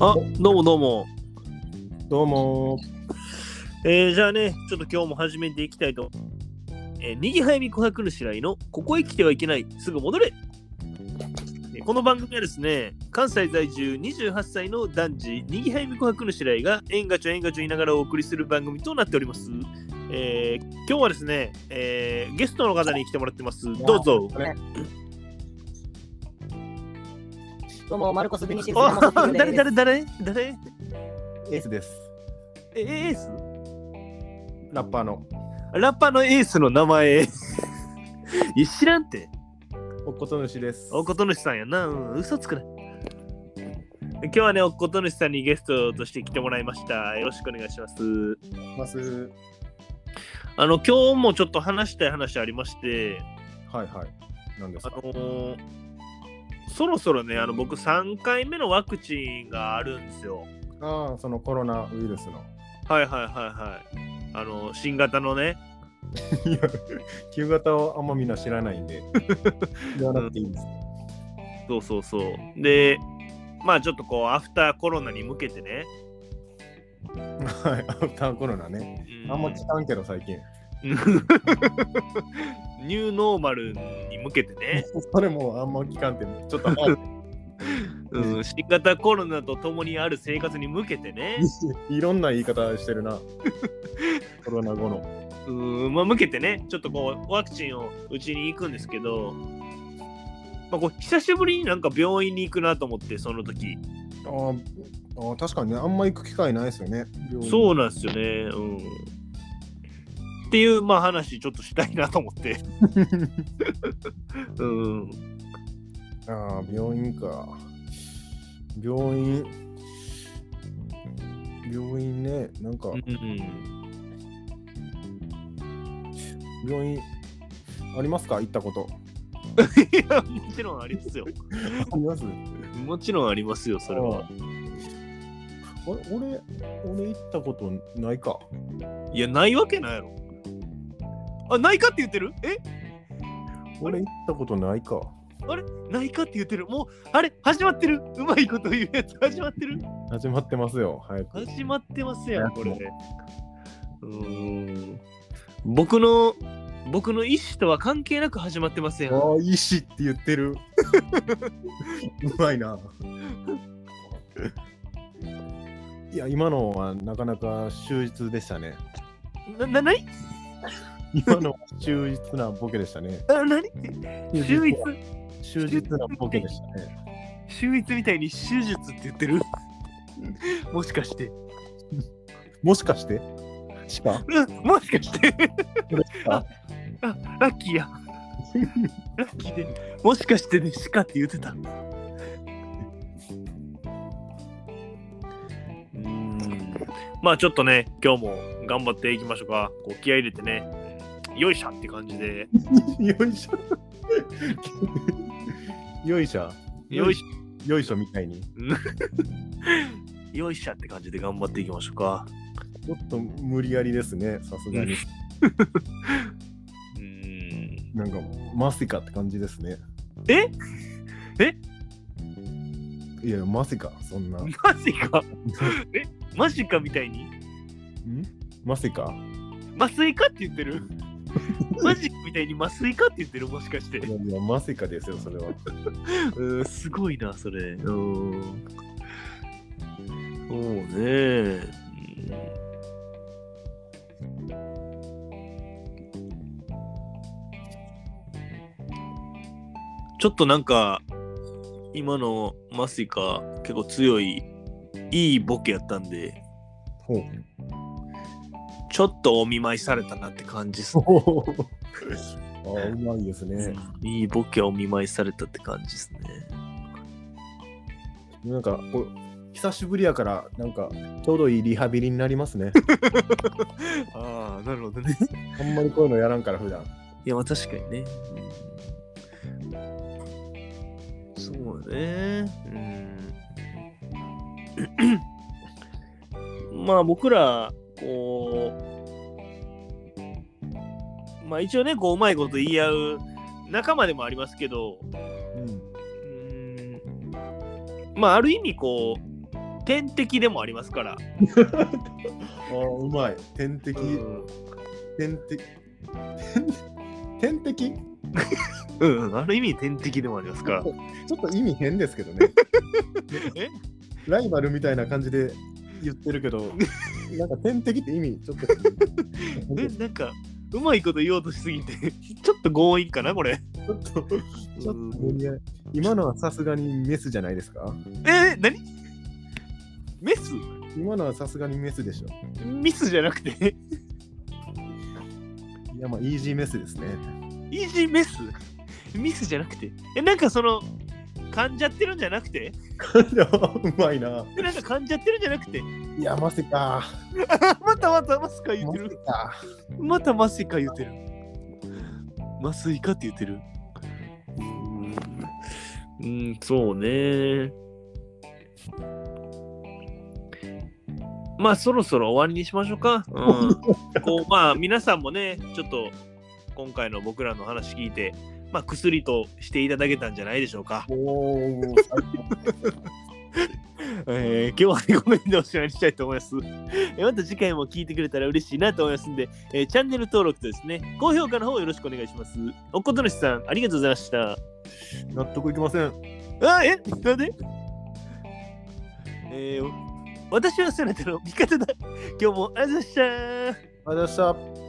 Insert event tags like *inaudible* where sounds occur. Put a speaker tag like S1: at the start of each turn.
S1: あ、どうもどうも。
S2: どうも
S1: えー、じゃあね、ちょっと今日も始めていきたいと。えー、にぎはやみ琥珀主来の、ここへ来てはいけない、すぐ戻れえーこの番組はですね、関西在住28歳の男児、にぎはやみ琥珀主来が、えんがちょえんがちょ言いながらお送りする番組となっております。えー、今日はですね、えー、ゲストの方に来てもらってます。どうぞ。
S3: どうも、マルコス・ベニシウスの
S1: あ
S3: マサヒロです。
S1: 誰誰誰誰
S2: エースです。
S1: え、エース
S2: ラッパーの
S1: ラッパーのエースの名前。 *laughs* いや、知らんて。
S2: おっことぬしです。
S1: おことぬしさんやな、うん、嘘つくな。今日はね、おことぬしさんにゲストとして来てもらいました。よろしくお願いします。
S2: ます。
S1: あの、今日もちょっと話したい話ありまして、
S2: はいはい。なんです
S1: あ
S2: か
S1: のーそろそろね、あの僕3回目のワクチンがあるんですよ。
S2: ああ、そのコロナウイルスの。 *laughs*
S1: はいはいはいはい。あの、新型のね、
S2: いや、旧型をあんまみんな知らないん *laughs* で。言わなくていいんです。
S1: そうそうそう。で、まあちょっとこう、アフターコロナに向けてね。
S2: はい、アフターコロナね。
S1: う
S2: あんま聞かんけど最近。
S1: ニューノーマルに向けてね。
S2: *laughs* それもうあんま聞かんって、ちょっと *laughs* 前に
S1: うん、新型コロナと共にある生活に向けてね、
S2: いろんな言い方してる *laughs* な。コロナ後の。
S1: うんまあ、向けてね、ちょっとこうワクチンを打ちに行くんですけど、まあ、こう久しぶりになんか病院に行くなと思って、その時
S2: あーあー、確かにね、あんま行く機会ないですよね。。
S1: そううなんですよね。うん、っていう、まあ、話、ちょっとしたいなと思 *laughs* って。うん、
S2: ああ、病院か。病院。病院ね、なんか、
S1: うん
S2: 病院ありますか行ったこと。
S1: いや、もちろんありますよ。
S2: あります
S1: もちろんありますよ、それは。
S2: 俺、俺、俺行ったことないか。
S1: いや、ないわけないやろ。あ、ないかって言ってるえ
S2: 俺行ったことないか。
S1: ないかって言ってる。もう、あれ、始まってる。うまいこと言うやつ、始まってる。
S2: 始まってますよ、早く。
S1: 始まってますやん、これ。うーん。僕の、僕の意思とは関係なく始まってますやん。
S2: ああ、いいしって言ってる。 *laughs* うまいな。いや、今のはなかなか秀逸でしたね。
S1: な、な、なに
S2: 今のは秀逸なボケでした
S1: *laughs*
S2: ね。
S1: あ、なに秀逸、
S2: 秀逸なボケでしたね。
S1: 秀逸みたいに手術って言ってる。 *laughs* もしかして。 *laughs*
S2: もしかしてしか
S1: うん、もしかして。
S2: これか
S1: あ、ラッキーや。ラッキーで。もしかしてね、しかって言ってた。うーん。まあちょっとね、今日も頑張っていきましょうか。こう気合い入れてね。よいしょって感じで。
S2: よいしょ。よいしょ。
S1: よいし
S2: よいしょみたい
S1: ょ。
S2: に。
S1: よいしょって感じで頑張っていきましょうか。
S2: ちょっと無理やりですね、さすがに。
S1: うーん。
S2: なんか、マセカって感じですね。
S1: え
S2: いや、マセカ、そんな。ん
S1: マジか。えマジかみたいに。
S2: マセカ
S1: 麻酔かって言ってるマジかみたいに麻酔かって言ってるもしかして
S2: い。やいや、マセカですよ、それは。
S1: うんすごいな、それ。うん。そうね。ちょっとなんか、今のマスイカ、結構強い、いいボケやったんで、
S2: ほう。
S1: ちょっとお見舞いされたなって感じっすね。
S2: *laughs* ああ、うまいですね。
S1: いいボケはお見舞いされたって感じですね。
S2: なんか、こう久しぶりやから、なんか、ちょうどいいリハビリになります *laughs* ね。
S1: ああ、なるほどね。
S2: あんまりこういうのやらんから、普段。
S1: いや、まあ確かにね。そうね。うん。 *clears throat* まあ僕ら、こう、まあ一応ね、こう、うまいこと言い合う仲間でもありますけど、
S2: うん。
S1: うんまあある意味こう、天敵でもありますから。
S2: あーうまい。天敵、
S1: うん
S2: 天 *laughs* 敵。天敵
S1: うんうん、ある意味天敵でもあります
S2: *laughs*
S1: から。
S2: ちょっと意味変ですけど *laughs* ね。
S1: え
S2: ライバルみたいな感じで言ってるけど、なんか天敵って意味ちょっと。 *laughs*
S1: えなんか、うまいこと言おうとしすぎて、 *laughs* ちょっと強引かな、これ。
S2: ちょっと、ちょっと無理やり今のはさすがにメスじゃないですか
S1: えー、何メス
S2: 今のはさすがにメスでしょ。
S1: ミスじゃなくて、 *laughs*
S2: いや、まあ、イージーメス *laughs* ですね。
S1: イージーメスミスじゃなくて。え、なんかその、噛んじゃってるんじゃなくて
S2: いやうまいな。
S1: えなんか噛んじゃってるんじゃなくて。 *laughs*
S2: いや、ませか。
S1: あまたまたマスカ言っ
S2: ま
S1: て
S2: せ
S1: る。
S2: か。
S1: またマスイカ言ってる。マスイカって言ってる。うん、そうね。まあそろそろ終わりにしましょうか。 *laughs* うん、こうまあ皆さんもね、ちょっと今回の僕らの話聞いて、まあ薬としていただけたんじゃないでしょうか。
S2: おー、
S1: えー、今日はねこの辺でおしまいにしたいと思います。えーまた次回も聞いてくれたら嬉しいなと思いますんで、えーチャンネル登録とですね、高評価の方よろしくお願いします。おことのしさん、ありがとうございました。
S2: 納得いきません。
S1: あ、え、なんでえー、私はそなたの味方だ。今日もありがとうございました。
S2: ありがとうございました。